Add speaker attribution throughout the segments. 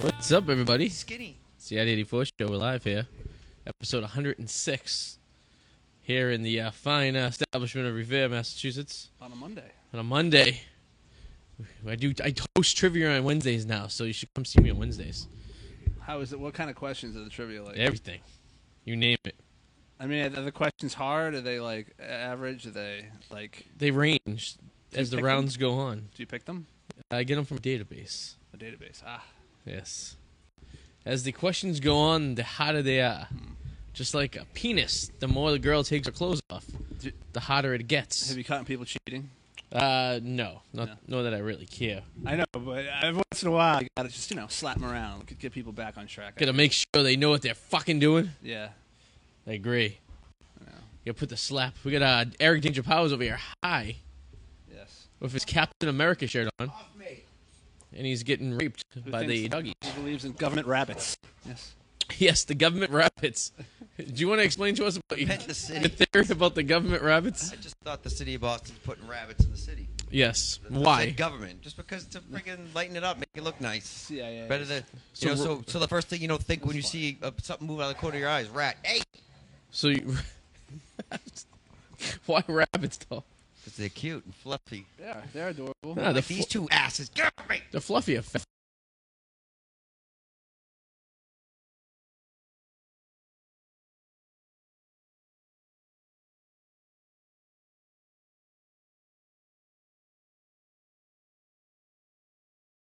Speaker 1: What's up, everybody?
Speaker 2: Skinny.
Speaker 1: It's the Ad 84 show. We're live here. Episode 106. Here in the uh, fine uh, establishment of Revere, Massachusetts.
Speaker 2: On a Monday.
Speaker 1: On a Monday. I do. I host trivia on Wednesdays now, so you should come see me on Wednesdays.
Speaker 2: How is it? What kind of questions are the trivia like?
Speaker 1: Everything. You name it.
Speaker 2: I mean, are the questions hard? Are they like a- average? Are they like?
Speaker 1: They range as the
Speaker 2: pick 'em?
Speaker 1: rounds go on.
Speaker 2: Do you pick them?
Speaker 1: I get them from a database.
Speaker 2: A database. Ah,
Speaker 1: Yes. As the questions go on, the hotter they are. Just like a penis, the more the girl takes her clothes off,
Speaker 2: Do-
Speaker 1: the hotter it gets.
Speaker 2: have you caught people cheating?
Speaker 1: Uh, no, not nor that I really care.
Speaker 2: I know, but every once in a while, you gotta just you know slap them around, get- get people back on track.
Speaker 1: Gotta make sure they know what they're fucking doing.
Speaker 2: yeah.
Speaker 1: I agree. You put the slap. We got uh, Eric Danger Powers over here, high,
Speaker 2: Yes.
Speaker 1: with his Captain America shirt on, and he's getting raped
Speaker 2: Who
Speaker 1: by the
Speaker 2: thinks-
Speaker 1: doggy.
Speaker 2: Who believes in government rabbits? Yes.
Speaker 1: Yes, the government rabbits. Do you want to explain to us about your,
Speaker 3: Pet the city.
Speaker 1: your theory about the government rabbits?
Speaker 3: I just thought the city of Boston's putting rabbits in the city.
Speaker 1: Yes.
Speaker 3: The- the
Speaker 1: Why?
Speaker 3: city government? Just because to freaking lighten it up, make it look nice.
Speaker 2: Yeah, yeah,
Speaker 3: Better
Speaker 2: yeah.
Speaker 3: than
Speaker 1: So
Speaker 3: you know.
Speaker 1: we're-
Speaker 3: So, so the first thing you don't think when you see uh, something move out of the corner of your eyes, rat. Hey,
Speaker 1: So you. Why rabbits though?
Speaker 3: because they're cute and fluffy.
Speaker 2: Yeah, they're adorable.
Speaker 1: Nah, the,
Speaker 3: These
Speaker 1: fl-
Speaker 3: two asses, get off me.
Speaker 1: the fluffy effect.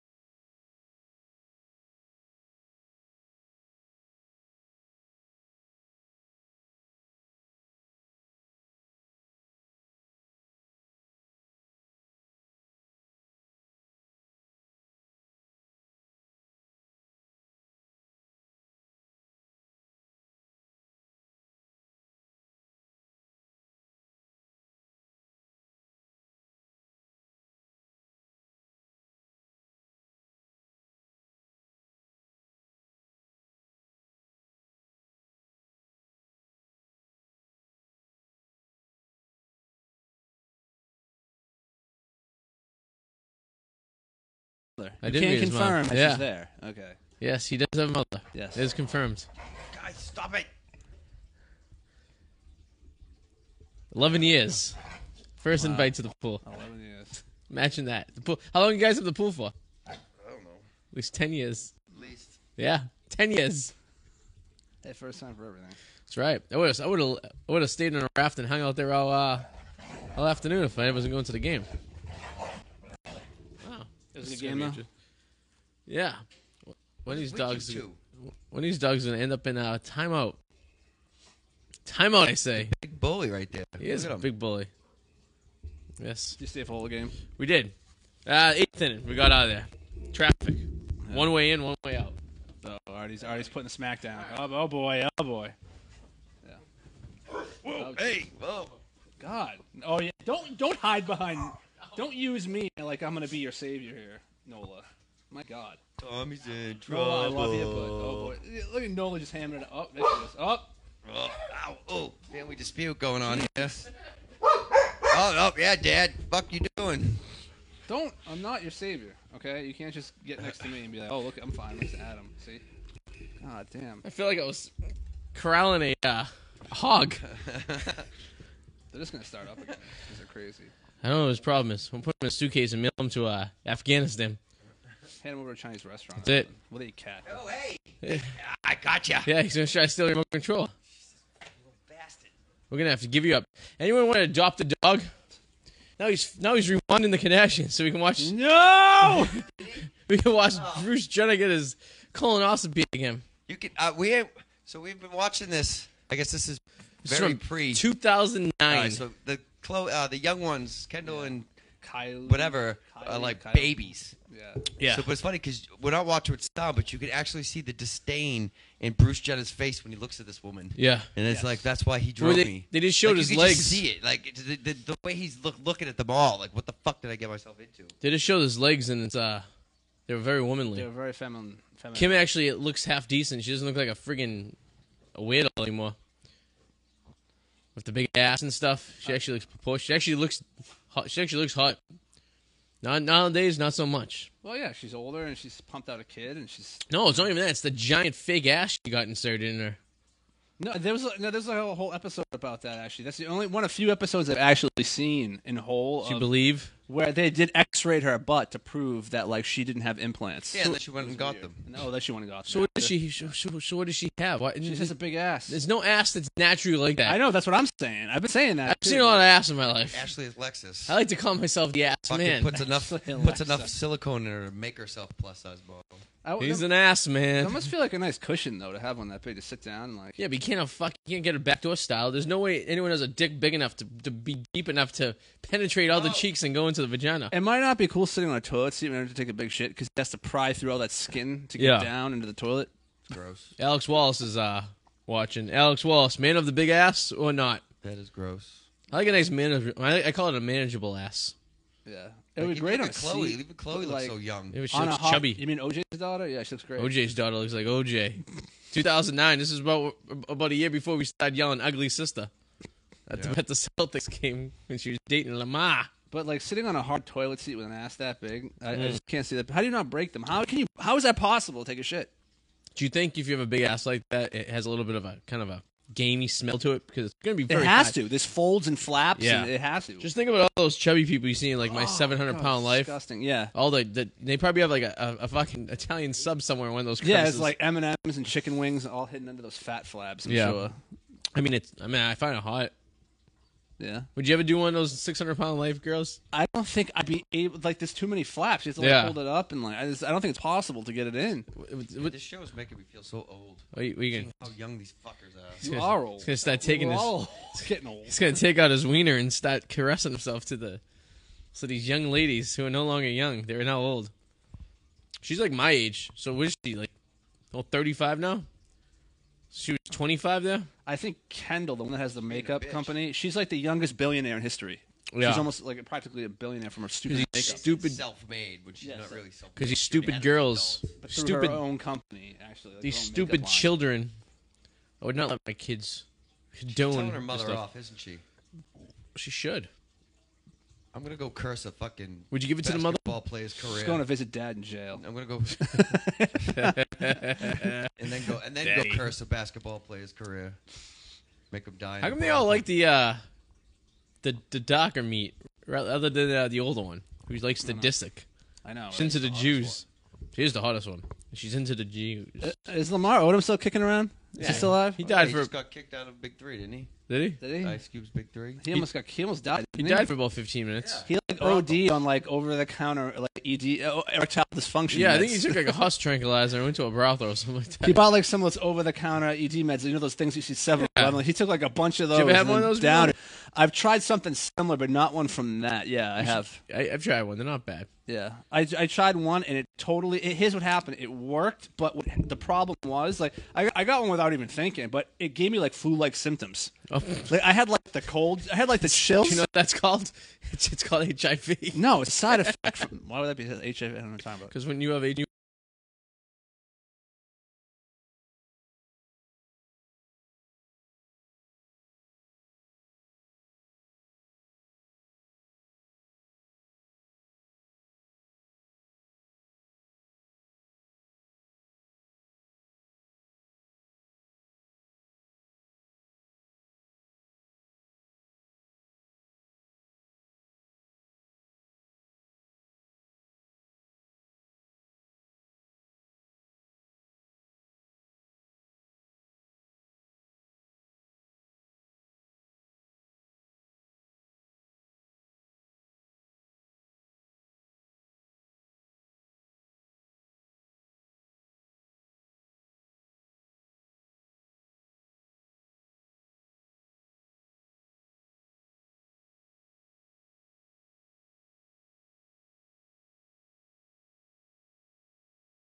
Speaker 1: I
Speaker 2: you
Speaker 1: did
Speaker 2: can't
Speaker 1: read his mouth.
Speaker 2: confirm. that
Speaker 1: Yeah.
Speaker 2: She's there. Okay.
Speaker 1: Yes, he does have a mother.
Speaker 2: Yes.
Speaker 1: It is confirmed.
Speaker 3: Guys, stop it.
Speaker 1: 11 years. First invite to the pool.
Speaker 2: Eleven years.
Speaker 1: Imagine that. The pool. How long you guys at the pool for? At
Speaker 3: I don't know.
Speaker 1: least 10 years.
Speaker 3: At least
Speaker 1: Yeah, 10 years.
Speaker 2: Hey, first time for everything.
Speaker 1: That's right. I would have I would have I would have stayed on a raft and hung out there all uh, all afternoon if I wasn't going to the game. Wow. It
Speaker 2: was a good game, though?
Speaker 1: Yeah. One of these
Speaker 3: With you
Speaker 1: dogs
Speaker 3: two.
Speaker 1: one of these dogs is going to end up in a timeout. Timeout, I say.
Speaker 3: Big bully right there.
Speaker 1: He is
Speaker 3: Look
Speaker 1: a
Speaker 3: at him.
Speaker 1: big bully. Yes.
Speaker 2: Did you stay for the whole game?
Speaker 1: We did. Uh, eighth inning, we got out of there. Traffic, one way in, one way out.
Speaker 2: So Oh, Artie's Artie's putting the smack down. Oh, oh boy. Oh boy.
Speaker 3: Whoa, hey, whoa.
Speaker 2: God. Oh yeah. Don't don't hide behind. Don't use me like I'm gonna be your savior here, Nola. My God.
Speaker 3: Tommy's in trouble.
Speaker 2: Nola, I love you, but oh boy. Look at Nola just hammering it up. There she is. Up.
Speaker 3: Oh, ow, oh, family dispute going on here. Oh, oh, yeah, Dad. Fuck you doing?
Speaker 2: Don't. I'm not your savior. Okay. You can't just get next to me and be like, oh look, I'm fine. It's Adam. See. God damn.
Speaker 1: I feel like I was corralling a uh, hog.
Speaker 2: They're just gonna start up again. These are crazy.
Speaker 1: I don't know what his problem is. I'm putting him in a suitcase and mail him to uh, Afghanistan.
Speaker 2: Hand them over to a Chinese restaurant.
Speaker 1: That's it.
Speaker 2: Well, they eat cat.
Speaker 3: Oh, hey. I got gotcha.
Speaker 1: Yeah, he's gonna try to steal your remote control.
Speaker 3: Bastard.
Speaker 1: We're gonna have to give you up. Anyone want to adopt a dog? Now he's now he's rewinding the Kardashians so we can watch
Speaker 3: Mm-hmm.
Speaker 2: No.
Speaker 1: we can watch Bruce Jenner get his colonoscopy again.
Speaker 3: You can. Uh, we ain't, so we've been watching this. I guess this is
Speaker 1: It's
Speaker 3: very
Speaker 1: from
Speaker 3: pre.
Speaker 1: 2009.
Speaker 3: All right, so the Chloe, uh, the young ones, Kendall and
Speaker 2: Kylie.
Speaker 3: whatever, are
Speaker 2: Kylie,
Speaker 3: like
Speaker 2: Kylie.
Speaker 3: babies.
Speaker 2: Yeah.
Speaker 1: yeah,
Speaker 3: So, but it's funny because we're not watching with style, but you can actually see the disdain in Bruce Jenner's face when he looks at this woman.
Speaker 1: yeah.
Speaker 3: And it's
Speaker 2: Yes.
Speaker 3: like that's why he drove
Speaker 1: they-
Speaker 3: me.
Speaker 1: they just showed
Speaker 3: Like, you
Speaker 1: his
Speaker 3: could
Speaker 1: legs.
Speaker 3: Just see it, like it's the, the, the way he's look, looking at them all. Like, what the fuck did I get myself into?
Speaker 1: They just showed his legs and it's uh, they were very womanly.
Speaker 2: They're very feminine. feminine.
Speaker 1: Kim actually looks half decent. She doesn't look like a friggin' a weirdo anymore. With the big ass and stuff, she actually looks proportioned. She actually looks hot. She actually looks hot. Not nowadays, not so much.
Speaker 2: Well, yeah, she's older and she's pumped out a kid and she's
Speaker 1: No, it's not even that. It's the giant fake ass she got inserted in her.
Speaker 2: no. There was a- no. There's a whole episode about that actually. That's the only one of few episodes I've actually seen in whole
Speaker 1: Do you
Speaker 2: of-
Speaker 1: believe?
Speaker 2: where they did X-rayed her butt to prove that like she didn't have implants.
Speaker 3: Yeah, and then she went and got them.
Speaker 2: No, that she went and got.
Speaker 1: So what does she? So, so, so what does she have? Why,
Speaker 2: She has a big ass.
Speaker 1: there's no ass that's naturally like that.
Speaker 2: I know. That's what I'm saying. I've been saying that.
Speaker 1: I've
Speaker 2: too.
Speaker 1: seen a lot of ass in my life.
Speaker 3: Ashley Alexis.
Speaker 1: I like to call myself the ass
Speaker 3: Fucking
Speaker 1: man.
Speaker 3: puts enough
Speaker 2: Ashley
Speaker 3: puts enough
Speaker 2: Alexis.
Speaker 3: silicone in her to make herself plus size model.
Speaker 2: I,
Speaker 1: He's
Speaker 2: that,
Speaker 1: an ass
Speaker 2: that
Speaker 1: man.
Speaker 2: must feel like a nice cushion though to have one that big to sit down and like.
Speaker 1: Yeah, but you can't have fuck. You can't get a backdoor style. There's no way anyone has a dick big enough to, to be deep enough to penetrate all the cheeks and go into the vagina.
Speaker 2: It might not be cool sitting on a toilet seat when I have to take a big shit because that's to pry through all that skin to get
Speaker 1: Yeah.
Speaker 2: down into the toilet.
Speaker 3: It's gross.
Speaker 1: Alex Wallace is uh watching. Alex Wallace, man of the big ass or not?
Speaker 3: That is gross.
Speaker 1: I like a nice manage. I, I call it a manageable ass.
Speaker 2: Yeah, it would be
Speaker 3: Even
Speaker 2: great on a
Speaker 3: Chloe.
Speaker 2: seat,
Speaker 3: Even Chloe
Speaker 2: but,
Speaker 3: looks
Speaker 2: like,
Speaker 3: so young.
Speaker 1: Maybe she
Speaker 2: on a
Speaker 1: looks
Speaker 2: hot, You
Speaker 1: chubby.
Speaker 2: mean OJ's daughter? Yeah, she looks great.
Speaker 1: OJ's daughter looks like OJ. 2009. This is about about a year before we started yelling "ugly sister" at,
Speaker 3: Yeah.
Speaker 1: the, at the Celtics game when she was dating Lamar.
Speaker 2: But like sitting on a hard toilet seat with an ass that big, I, I just can't see that. How do you not break them? How can you? How is that possible? to Take a shit.
Speaker 1: Do you think if you have a big ass like that, it has a little bit of a kind of a gamey smell to it because it's gonna be
Speaker 2: It
Speaker 1: very
Speaker 2: has
Speaker 1: hot.
Speaker 2: to. This folds and flaps.
Speaker 1: Yeah.
Speaker 2: and it has to.
Speaker 1: Just think about all those chubby people you see in like my
Speaker 2: Oh,
Speaker 1: 700
Speaker 2: God,
Speaker 1: pound life.
Speaker 2: Disgusting. Yeah.
Speaker 1: All the, the they probably have like a, a, a fucking Italian sub somewhere in one of those.
Speaker 2: Yeah, it's
Speaker 1: crevices.
Speaker 2: like M and M's and chicken wings, all hidden under those fat flaps. I'm
Speaker 1: Yeah.
Speaker 2: sure.
Speaker 1: I mean, it's. I mean, I find it hot.
Speaker 2: Yeah.
Speaker 1: Would you ever do one of those 600 pound life girls?
Speaker 2: I don't think I'd be able. Like, there's too many flaps. You have to like,
Speaker 1: Yeah.
Speaker 2: hold it up, and like, I, just, I don't think it's possible to get it in.
Speaker 1: What, what,
Speaker 3: This show is making me feel so old.
Speaker 1: what, you- what you gonna-
Speaker 3: How young these fuckers are.
Speaker 2: You
Speaker 1: gonna-
Speaker 2: are old.
Speaker 1: he's gonna start taking
Speaker 2: We're
Speaker 1: his-
Speaker 2: all getting old.
Speaker 1: he's gonna take out his wiener and start caressing himself to the. So these young ladies who are no longer young, they're now old. She's like my age. So what is she like? Oh, 35 now. She was 25 there.
Speaker 2: I think Kendall, the one that has the makeup
Speaker 3: bitch.
Speaker 2: company, she's like the youngest billionaire in history.
Speaker 1: Yeah.
Speaker 2: She's almost like practically a billionaire from her stupid
Speaker 1: She's
Speaker 2: makeup.
Speaker 1: stupid
Speaker 3: self-made, which she's
Speaker 2: Yes.
Speaker 3: not really self-made.
Speaker 1: because these
Speaker 3: She had
Speaker 1: stupid
Speaker 3: an
Speaker 1: girls,
Speaker 3: adult.
Speaker 2: But through
Speaker 1: stupid
Speaker 2: her own company, actually. Like,
Speaker 1: these
Speaker 2: her own
Speaker 1: stupid
Speaker 2: makeup line.
Speaker 1: children. I would not let my kids condone
Speaker 3: Telling her
Speaker 1: this
Speaker 3: mother
Speaker 1: stuff.
Speaker 3: off, isn't she?
Speaker 1: She should.
Speaker 3: I'm gonna go curse a fucking.
Speaker 1: Would you give it to the mother?
Speaker 3: Basketball player's career.
Speaker 2: She's going to visit dad in jail.
Speaker 3: I'm gonna go. and then go and then go curse a basketball player's career. Make him die. in
Speaker 1: How
Speaker 3: a
Speaker 1: come they
Speaker 3: bar.
Speaker 1: all like the uh the the darker meat rather other than uh, the older one who likes the disick?
Speaker 2: I know.
Speaker 1: She's
Speaker 2: Right?
Speaker 1: into the Jews. She is the hottest one. She's into the Jews.
Speaker 2: Is Lamar Odom still kicking around? Is he still alive?
Speaker 1: He died
Speaker 3: he
Speaker 1: for
Speaker 3: just got kicked out of Big Three, didn't he?
Speaker 1: did he?
Speaker 2: Did he?
Speaker 3: Ice Cube's Big Three.
Speaker 2: He almost got. He almost died.
Speaker 1: He
Speaker 2: didn't
Speaker 1: died for about fifteen minutes.
Speaker 2: He like OD on like over the counter like ED uh, erectile dysfunction.
Speaker 1: Yeah, I
Speaker 2: meds.
Speaker 1: think he took like a huss tranquilizer and went to a brothel or something like that.
Speaker 2: He bought like some of those over the counter ED meds. You know those things you see seven.
Speaker 1: Yeah.
Speaker 2: Eleven. He took like a bunch of those.
Speaker 1: you ever have
Speaker 2: and
Speaker 1: one of
Speaker 2: then
Speaker 1: those
Speaker 2: Down.
Speaker 1: before?
Speaker 2: I've tried something similar, but not one from that. Yeah, I have.
Speaker 1: I, I've tried one; they're not bad.
Speaker 2: Yeah, I, I tried one and it totally. It, here's what happened. It worked, but what, the problem was like I, I got one without even thinking, but it gave me like flu-like symptoms.
Speaker 1: Oh,
Speaker 2: Like I had like the cold. I had like the chills.
Speaker 1: you know what that's called? It's, it's called HIV.
Speaker 2: no, it's a side effect. From, why would that be HIV? I don't know what I'm talking about.
Speaker 1: Because when you have HIV,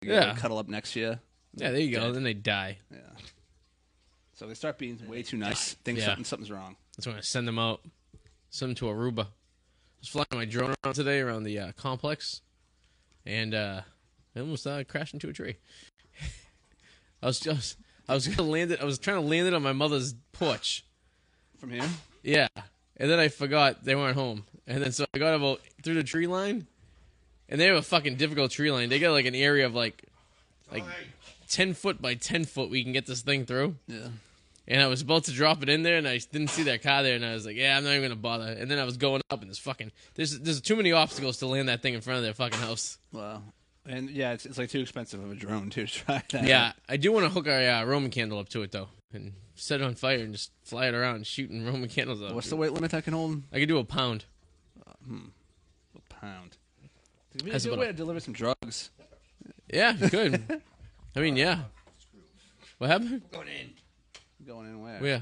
Speaker 1: Yeah.
Speaker 2: cuddle up next year.
Speaker 1: yeah, there you go. Then they die.
Speaker 2: Yeah. So they start being way too nice. Think
Speaker 1: Yeah.
Speaker 2: something something's wrong.
Speaker 1: That's when I send them out. Send them to Aruba. I was flying my drone around today around the uh, complex, and uh, I almost uh, crashed into a tree. I was just, I was gonna land it. I was trying to land it on my mother's porch.
Speaker 2: From here,
Speaker 1: Yeah, and then I forgot they weren't home, and then so I got about through the tree line, and they have a fucking difficult tree line. They got like an area of like like ten foot by ten foot. We can get this thing through.
Speaker 2: Yeah.
Speaker 1: And I was about to drop it in there, and I didn't see that car there, and I was like, "Yeah, I'm not even gonna bother." And then I was going up, and there's fucking there's there's too many obstacles to land that thing in front of their fucking house.
Speaker 2: Wow. And yeah, it's, it's like too expensive of a drone too, to try that.
Speaker 1: Yeah, I do want to hook a uh, Roman candle up to it though, and set it on fire and just fly it around, shooting Roman candles up.
Speaker 2: What's the weight limit I can hold?
Speaker 1: I could do a pound.
Speaker 2: A pound. It'd be a
Speaker 1: That's
Speaker 2: good
Speaker 1: about
Speaker 2: way
Speaker 1: a-
Speaker 2: to deliver some drugs.
Speaker 1: Yeah, good. I mean, yeah. What happened? Oh,
Speaker 3: Going in.
Speaker 2: Going in where?
Speaker 1: Yeah.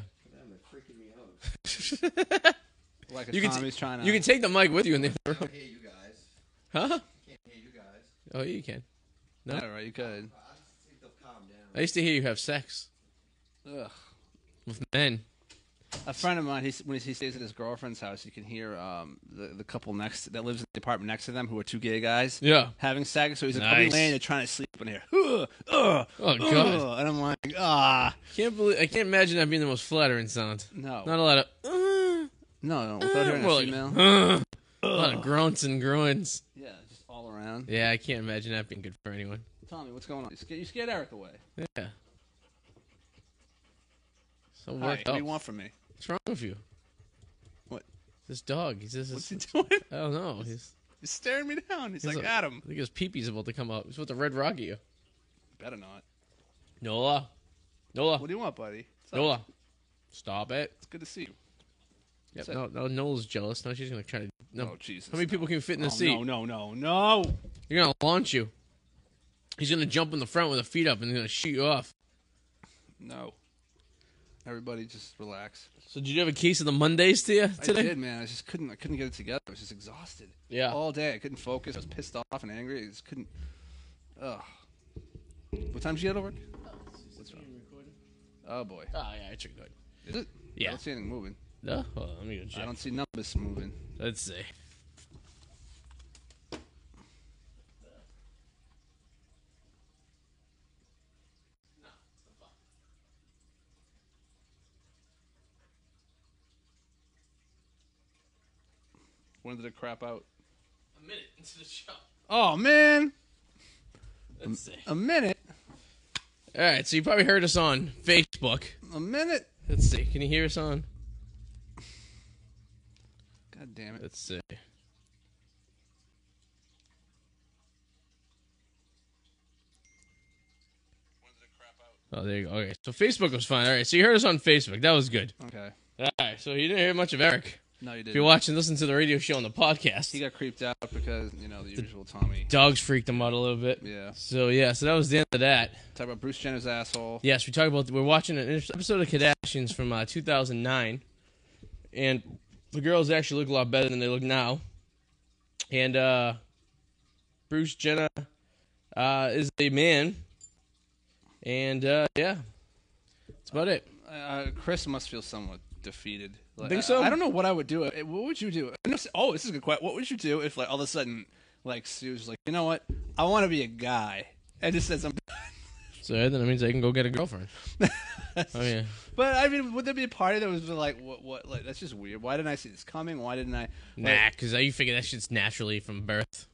Speaker 2: Like a
Speaker 1: You can t-
Speaker 2: Tommy's trying to.
Speaker 1: You can take the mic with you in there.
Speaker 3: I hear you guys.
Speaker 1: Huh?
Speaker 3: Can't hear you guys.
Speaker 1: Oh, you can.
Speaker 2: All right, you could.
Speaker 3: I just think they'll calm down.
Speaker 1: I used to hear you have sex
Speaker 2: Ugh.
Speaker 1: with men.
Speaker 2: A friend of mine, he's, when he stays at his girlfriend's house, you can hear um, the the couple next that lives in the apartment next to them, who are two gay guys,
Speaker 1: Yeah.
Speaker 2: having sex. So he's like,
Speaker 1: Nice.
Speaker 2: laying there trying to sleep in here. Ugh, ugh,
Speaker 1: Oh,
Speaker 2: ugh,"
Speaker 1: God.
Speaker 2: And I'm like, ah,
Speaker 1: Can't believe I can't imagine that being the most flattering sound.
Speaker 2: no,
Speaker 1: Not a lot of uh,
Speaker 2: no, no, without hearing
Speaker 1: more
Speaker 2: a
Speaker 1: like,
Speaker 2: female.
Speaker 1: uh, a lot of grunts and groins.
Speaker 2: Yeah, just all around.
Speaker 1: Yeah, I can't imagine that being good for anyone.
Speaker 2: Tommy, what's going on? You scared, you scared Eric away.
Speaker 1: Yeah.
Speaker 2: Hi,
Speaker 1: So worked
Speaker 2: what do
Speaker 1: up.
Speaker 2: you want from me?
Speaker 1: What's wrong with you?
Speaker 2: What?
Speaker 1: This dog. He's just.
Speaker 2: What's he doing?
Speaker 1: I don't know. He's,
Speaker 2: He's staring me down. He's,
Speaker 1: he's
Speaker 2: like,
Speaker 1: a-
Speaker 2: Adam.
Speaker 1: I think his peepee's about to come out. He's about to red rock at you.
Speaker 2: Better not.
Speaker 1: Nola. Nola.
Speaker 2: What do you want, buddy? It's,
Speaker 1: Nola. Stop it.
Speaker 2: it's good to see you.
Speaker 1: Yep. Now, now Nola's jealous. Now she's gonna try to. No.
Speaker 2: Oh, Jesus,
Speaker 1: How many
Speaker 2: no.
Speaker 1: people can fit in the
Speaker 2: Oh,
Speaker 1: seat?
Speaker 2: no, no, no, no.
Speaker 1: You're gonna launch you. He's gonna jump in the front with a feet up and he's gonna shoot you off.
Speaker 2: No. Everybody just relax.
Speaker 1: So did you have a case of the Mondays to you today?
Speaker 2: I did, man. I just couldn't. I couldn't get it together. I was just exhausted.
Speaker 1: Yeah.
Speaker 2: All day, I couldn't focus. I was pissed off and angry. I just couldn't. Ugh. What time did you get out of work? What's wrong? Oh boy.
Speaker 1: Oh yeah, it's good.
Speaker 2: Is it?
Speaker 1: Yeah.
Speaker 2: I don't see anything moving.
Speaker 1: No, hold on, let me go check.
Speaker 2: I don't see numbers moving.
Speaker 1: Let's see.
Speaker 2: When did it crap out?
Speaker 1: A minute into the show.
Speaker 2: Oh man,
Speaker 1: Let's see.
Speaker 2: a minute,
Speaker 1: All right, so you probably heard us on Facebook.
Speaker 2: a minute.
Speaker 1: Let's see. Can you hear us on?
Speaker 2: God damn it.
Speaker 1: Let's see. Oh, there you go. Okay, so Facebook was fine. All right, so you heard us on Facebook. That was good.
Speaker 2: Okay.
Speaker 1: All right, so you didn't hear much of Eric.
Speaker 2: No, you
Speaker 1: If you
Speaker 2: didn't.
Speaker 1: watch and listen to the radio show and the
Speaker 2: He
Speaker 1: podcast,
Speaker 2: got creeped out because you know the usual Tommy.
Speaker 1: dogs freaked him out a little bit.
Speaker 2: Yeah.
Speaker 1: So yeah, so that was the end of that.
Speaker 2: Talk about Bruce Jenner's asshole.
Speaker 1: Yes, we talk about we're watching an inter- episode of Kardashians from uh, 2009, and the girls actually look a lot better than they look now. And uh, Bruce Jenner uh, is a man, and uh, yeah, that's about it.
Speaker 2: Uh, Chris must feel somewhat defeated. Like,
Speaker 1: Think
Speaker 2: I-
Speaker 1: so?
Speaker 2: I, don't know what I would do. Uh, What would you do? And this- Oh, this is a good question. What would you do if, like, all of a sudden, like, Sue's like, you know what? I want to be a guy, and just says I'm.
Speaker 1: So then that means I can go get a girlfriend. Oh yeah,
Speaker 2: But I mean, would there be a party that was like, what? What? Like, that's just weird. Why didn't I see this coming? Why didn't I? like-
Speaker 1: nah, because you figure that shit's naturally from birth.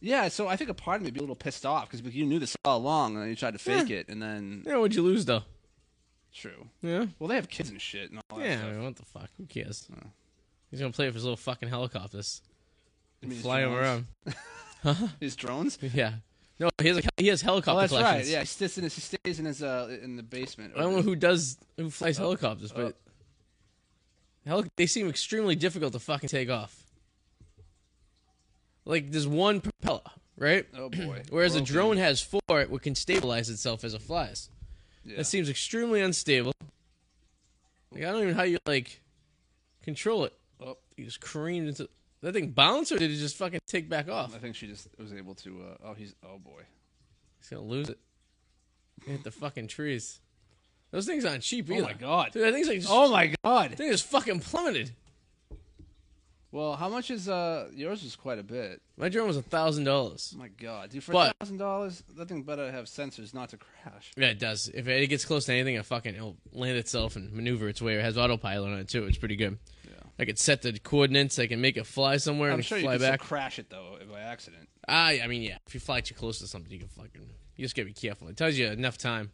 Speaker 2: yeah. So I think a part of me'd be a little pissed off because you knew this all along, and then you tried to fake it, and then
Speaker 1: Yeah, what'd you lose though?
Speaker 2: true.
Speaker 1: Yeah,
Speaker 2: Well, they have kids and shit, and all that
Speaker 1: yeah. I
Speaker 2: stuff.
Speaker 1: mean, what the fuck? Who cares? He's gonna play with his little fucking helicopters,
Speaker 2: I mean, these
Speaker 1: fly him
Speaker 2: drones-
Speaker 1: around.
Speaker 2: These drones.
Speaker 1: Yeah. No, he has a, he has helicopter
Speaker 2: Oh, that's right.
Speaker 1: collections.
Speaker 2: Yeah, he stays in his, he stays in his uh in the basement.
Speaker 1: I don't know who does who flies
Speaker 2: Oh,
Speaker 1: helicopters, but heli- they seem extremely difficult to fucking take off. Like there's one propeller, right?
Speaker 2: Oh boy.
Speaker 1: Whereas a
Speaker 2: Broken.
Speaker 1: drone has four, it can stabilize itself as it flies.
Speaker 2: Yeah.
Speaker 1: That seems extremely unstable. Like I don't even know how you like control it.
Speaker 2: Oh,
Speaker 1: You just careened into that thing bounced or did it just fucking take back off?
Speaker 2: I think she just was able to. Uh, oh, he's. Oh boy.
Speaker 1: He's gonna lose it. Hit the fucking trees. Those things aren't cheap
Speaker 2: Oh
Speaker 1: either.
Speaker 2: my God.
Speaker 1: dude! That thing's like, just,
Speaker 2: Oh my god.
Speaker 1: thing just fucking plummeted.
Speaker 2: Well, how much is uh yours? Was quite a bit.
Speaker 1: My drone was a thousand dollars.
Speaker 2: Oh my god, dude. For
Speaker 1: But-
Speaker 2: thousand dollars, that thing better have sensors not to crash.
Speaker 1: Yeah, it does. If it gets close to anything, it fucking it'll land itself and maneuver its way. It has autopilot on it too. It's pretty good.
Speaker 2: Yeah.
Speaker 1: I could set the coordinates. I can make it fly somewhere
Speaker 2: I'm
Speaker 1: and
Speaker 2: sure you
Speaker 1: fly
Speaker 2: could still
Speaker 1: back.
Speaker 2: crash it though by accident.
Speaker 1: Ah, yeah, I mean, yeah. If you fly too close to something, you can fucking. You just gotta be careful. It tells you enough time.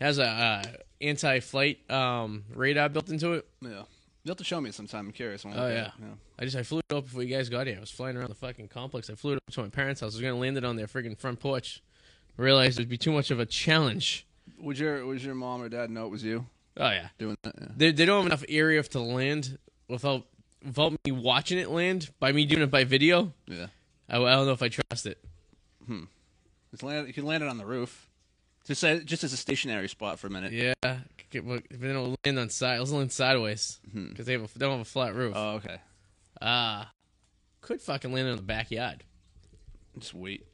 Speaker 1: It has a uh, anti-flight um, radar built into it.
Speaker 2: Yeah, you'll have to show me sometime. I'm curious. When we
Speaker 1: Oh
Speaker 2: do
Speaker 1: yeah.
Speaker 2: it,
Speaker 1: I just I flew it up before you guys got here. I was flying around the fucking complex. I flew it up to my parents' house. I was gonna land it on their friggin' front porch. Realized it'd be too much of a challenge.
Speaker 2: Would your Would your mom or dad know it was you
Speaker 1: Oh yeah.
Speaker 2: doing that? Yeah.
Speaker 1: They they don't have enough area to land without without me watching it land by me doing it by video.
Speaker 2: yeah.
Speaker 1: I, I don't know if I trust it.
Speaker 2: Just land, you can land it on the roof. Just say, just as a stationary spot for a minute.
Speaker 1: Yeah. Okay, well, If they don't land on side, let's land sideways because they have a, they don't have a flat roof.
Speaker 2: Oh, okay.
Speaker 1: Uh could fucking land it on the backyard.
Speaker 2: Just wait.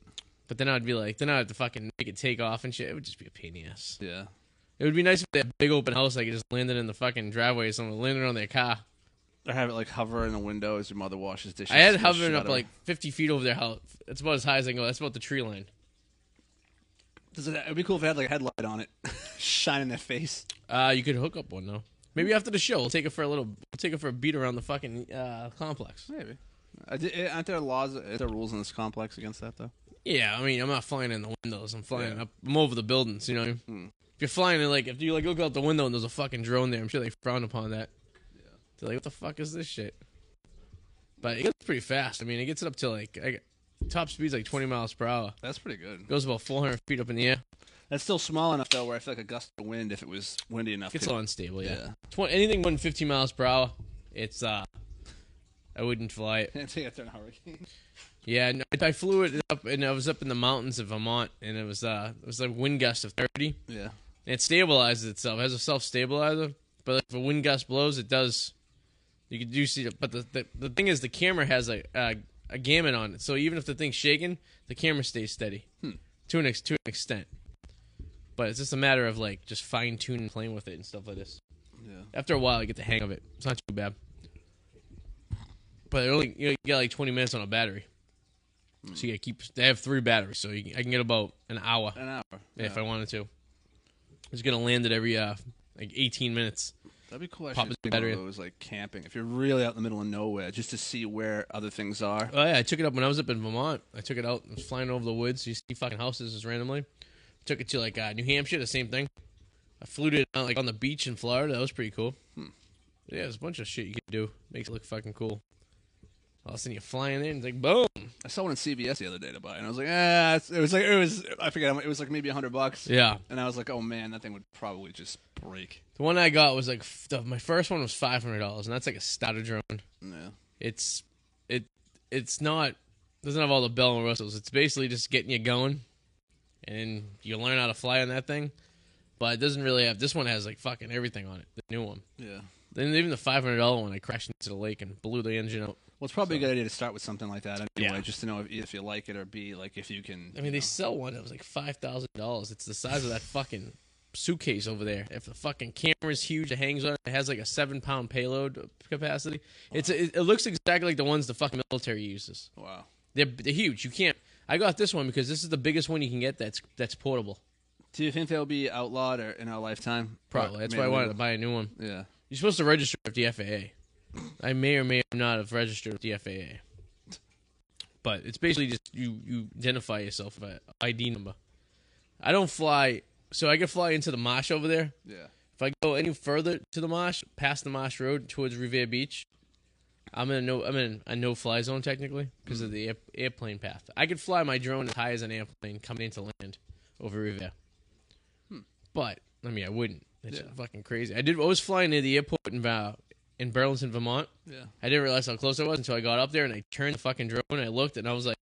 Speaker 1: But then I'd be like, then I'd have to fucking make it take off and shit. It would just be a pain in the ass.
Speaker 2: Yeah.
Speaker 1: It would be nice if they had a big open house. I could just land it in the fucking driveway. Someone landed on their car.
Speaker 2: Or have it like hover in the window as your mother washes dishes.
Speaker 1: I had it
Speaker 2: Just
Speaker 1: hovering
Speaker 2: shut
Speaker 1: up
Speaker 2: her.
Speaker 1: like 50 feet over their house. It's about as high as I can go. That's about the tree line.
Speaker 2: Does it, it'd be cool if it had like a headlight on it, shine in their face.
Speaker 1: Uh, you could hook up one though. Maybe after the show, we'll take it for a little, we'll take it for a beat around the fucking uh, complex.
Speaker 2: Maybe. I did, eh, aren't there laws? Aren't there rules in this complex against that though?
Speaker 1: Yeah, I mean, I'm not flying in the windows. I'm flying
Speaker 2: Yeah. Hmm.
Speaker 1: up. I'm over the buildings. You know, what I mean? if you're flying in, like, if you like look out the window and there's a fucking drone there, I'm sure they frown upon that. They're like, "What the fuck is this shit?" But it gets pretty fast. I mean, it gets it up to like, I, top speed's like 20 miles per hour.
Speaker 2: That's pretty good.
Speaker 1: goes about 400 feet up in the air.
Speaker 2: That's still small enough though, where I feel like a gust of wind, if it was windy enough,
Speaker 1: Gets a
Speaker 2: could-
Speaker 1: little unstable, yeah.
Speaker 2: Yeah.
Speaker 1: Twen- anything more than 15 miles per hour, it's uh, I wouldn't fly it.
Speaker 2: Can't take it through a hurricane.
Speaker 1: Yeah, no, I flew it up, and I was up in the mountains of Vermont, and it was uh, it was like wind gust of 30.
Speaker 2: Yeah.
Speaker 1: And it stabilizes itself. It has a self stabilizer, but like, if a wind gust blows, it does. You can do see, it, but the, the the thing is, the camera has a uh, a gammon on it, so even if the thing's shaking, the camera stays steady to an ex- to an extent. But it's just a matter of like just fine tuning, playing with it, and stuff like this.
Speaker 2: Yeah.
Speaker 1: After a while, I get the hang of it. It's not too bad. But it only you, know, you got like 20 minutes on a battery, so you gotta keep. They have three batteries, so you, can- I can get about an hour
Speaker 2: An hour.
Speaker 1: if I wanted to. I was gonna land it every uh like 18 minutes.
Speaker 2: That'd be cool. Actually,
Speaker 1: Pop his
Speaker 2: just being one
Speaker 1: battery
Speaker 2: of
Speaker 1: in.
Speaker 2: those like camping. If you're really out in the middle of nowhere, just to see where other things are.
Speaker 1: Oh yeah, I took it up when I was up in Vermont. I took it out. I was flying over the woods. You see fucking houses just randomly. Took it to like uh, New Hampshire. The same thing. I flew it out like on the beach in Florida. That was pretty cool. Yeah, there's a bunch of shit you can do. Makes it look fucking cool. All of a sudden you're flying in. It's like boom.
Speaker 2: I saw one in CVS the other day to buy, and I was like, ah, it's- it was like it was. I forget. how much- It was like maybe a hundred bucks.
Speaker 1: Yeah.
Speaker 2: And I was like, oh man, that thing would probably just break.
Speaker 1: The one I got was like f- the, my first one was five hundred dollars, and that's like a starter drone.
Speaker 2: Yeah.
Speaker 1: it's it it's not doesn't have all the bell and whistles. It's basically just getting you going, and you learn how to fly on that thing. But it doesn't really have this one has like fucking everything on it. The new one,
Speaker 2: Yeah.
Speaker 1: then even the five hundred dollar one, I crashed into the lake and blew the engine out.
Speaker 2: Well, it's probably a good idea to start with something like that anyway,
Speaker 1: Yeah.
Speaker 2: just to know if, if you like it or B, like if you can.
Speaker 1: I mean, they sell one that was like five thousand dollars. It's the size of that fucking suitcase over there. If the fucking camera's huge, it hangs on. it, It has like a seven pound payload capacity. It's it, it looks exactly like the ones the fucking military uses.
Speaker 2: wow.
Speaker 1: They're, they're huge. You can't. I got this one because this is the biggest one you can get. That's that's portable.
Speaker 2: Do you think they'll be outlawed or in our lifetime?
Speaker 1: Probably.
Speaker 2: Or
Speaker 1: That's
Speaker 2: made
Speaker 1: why I wanted to
Speaker 2: illegal?
Speaker 1: buy a new one.
Speaker 2: Yeah.
Speaker 1: You're supposed to register with the FAA. I may or may not have registered with the FAA. But it's basically just you you identify yourself with an ID number. I don't fly, so I can fly into the marsh over there.
Speaker 2: Yeah.
Speaker 1: If I go any further to the marsh, past the marsh road towards Revere Beach, I'm in a no I'm in a no fly zone technically because of the air, airplane path. I could fly my drone as high as an airplane coming into land over Revere, but I mean I wouldn't. It's
Speaker 2: Yeah.
Speaker 1: fucking crazy. I did. I was flying near the airport in uh, in Burlington, Vermont.
Speaker 2: Yeah.
Speaker 1: I didn't realize how close I was until I got up there and I turned the fucking drone. and I looked and I was like,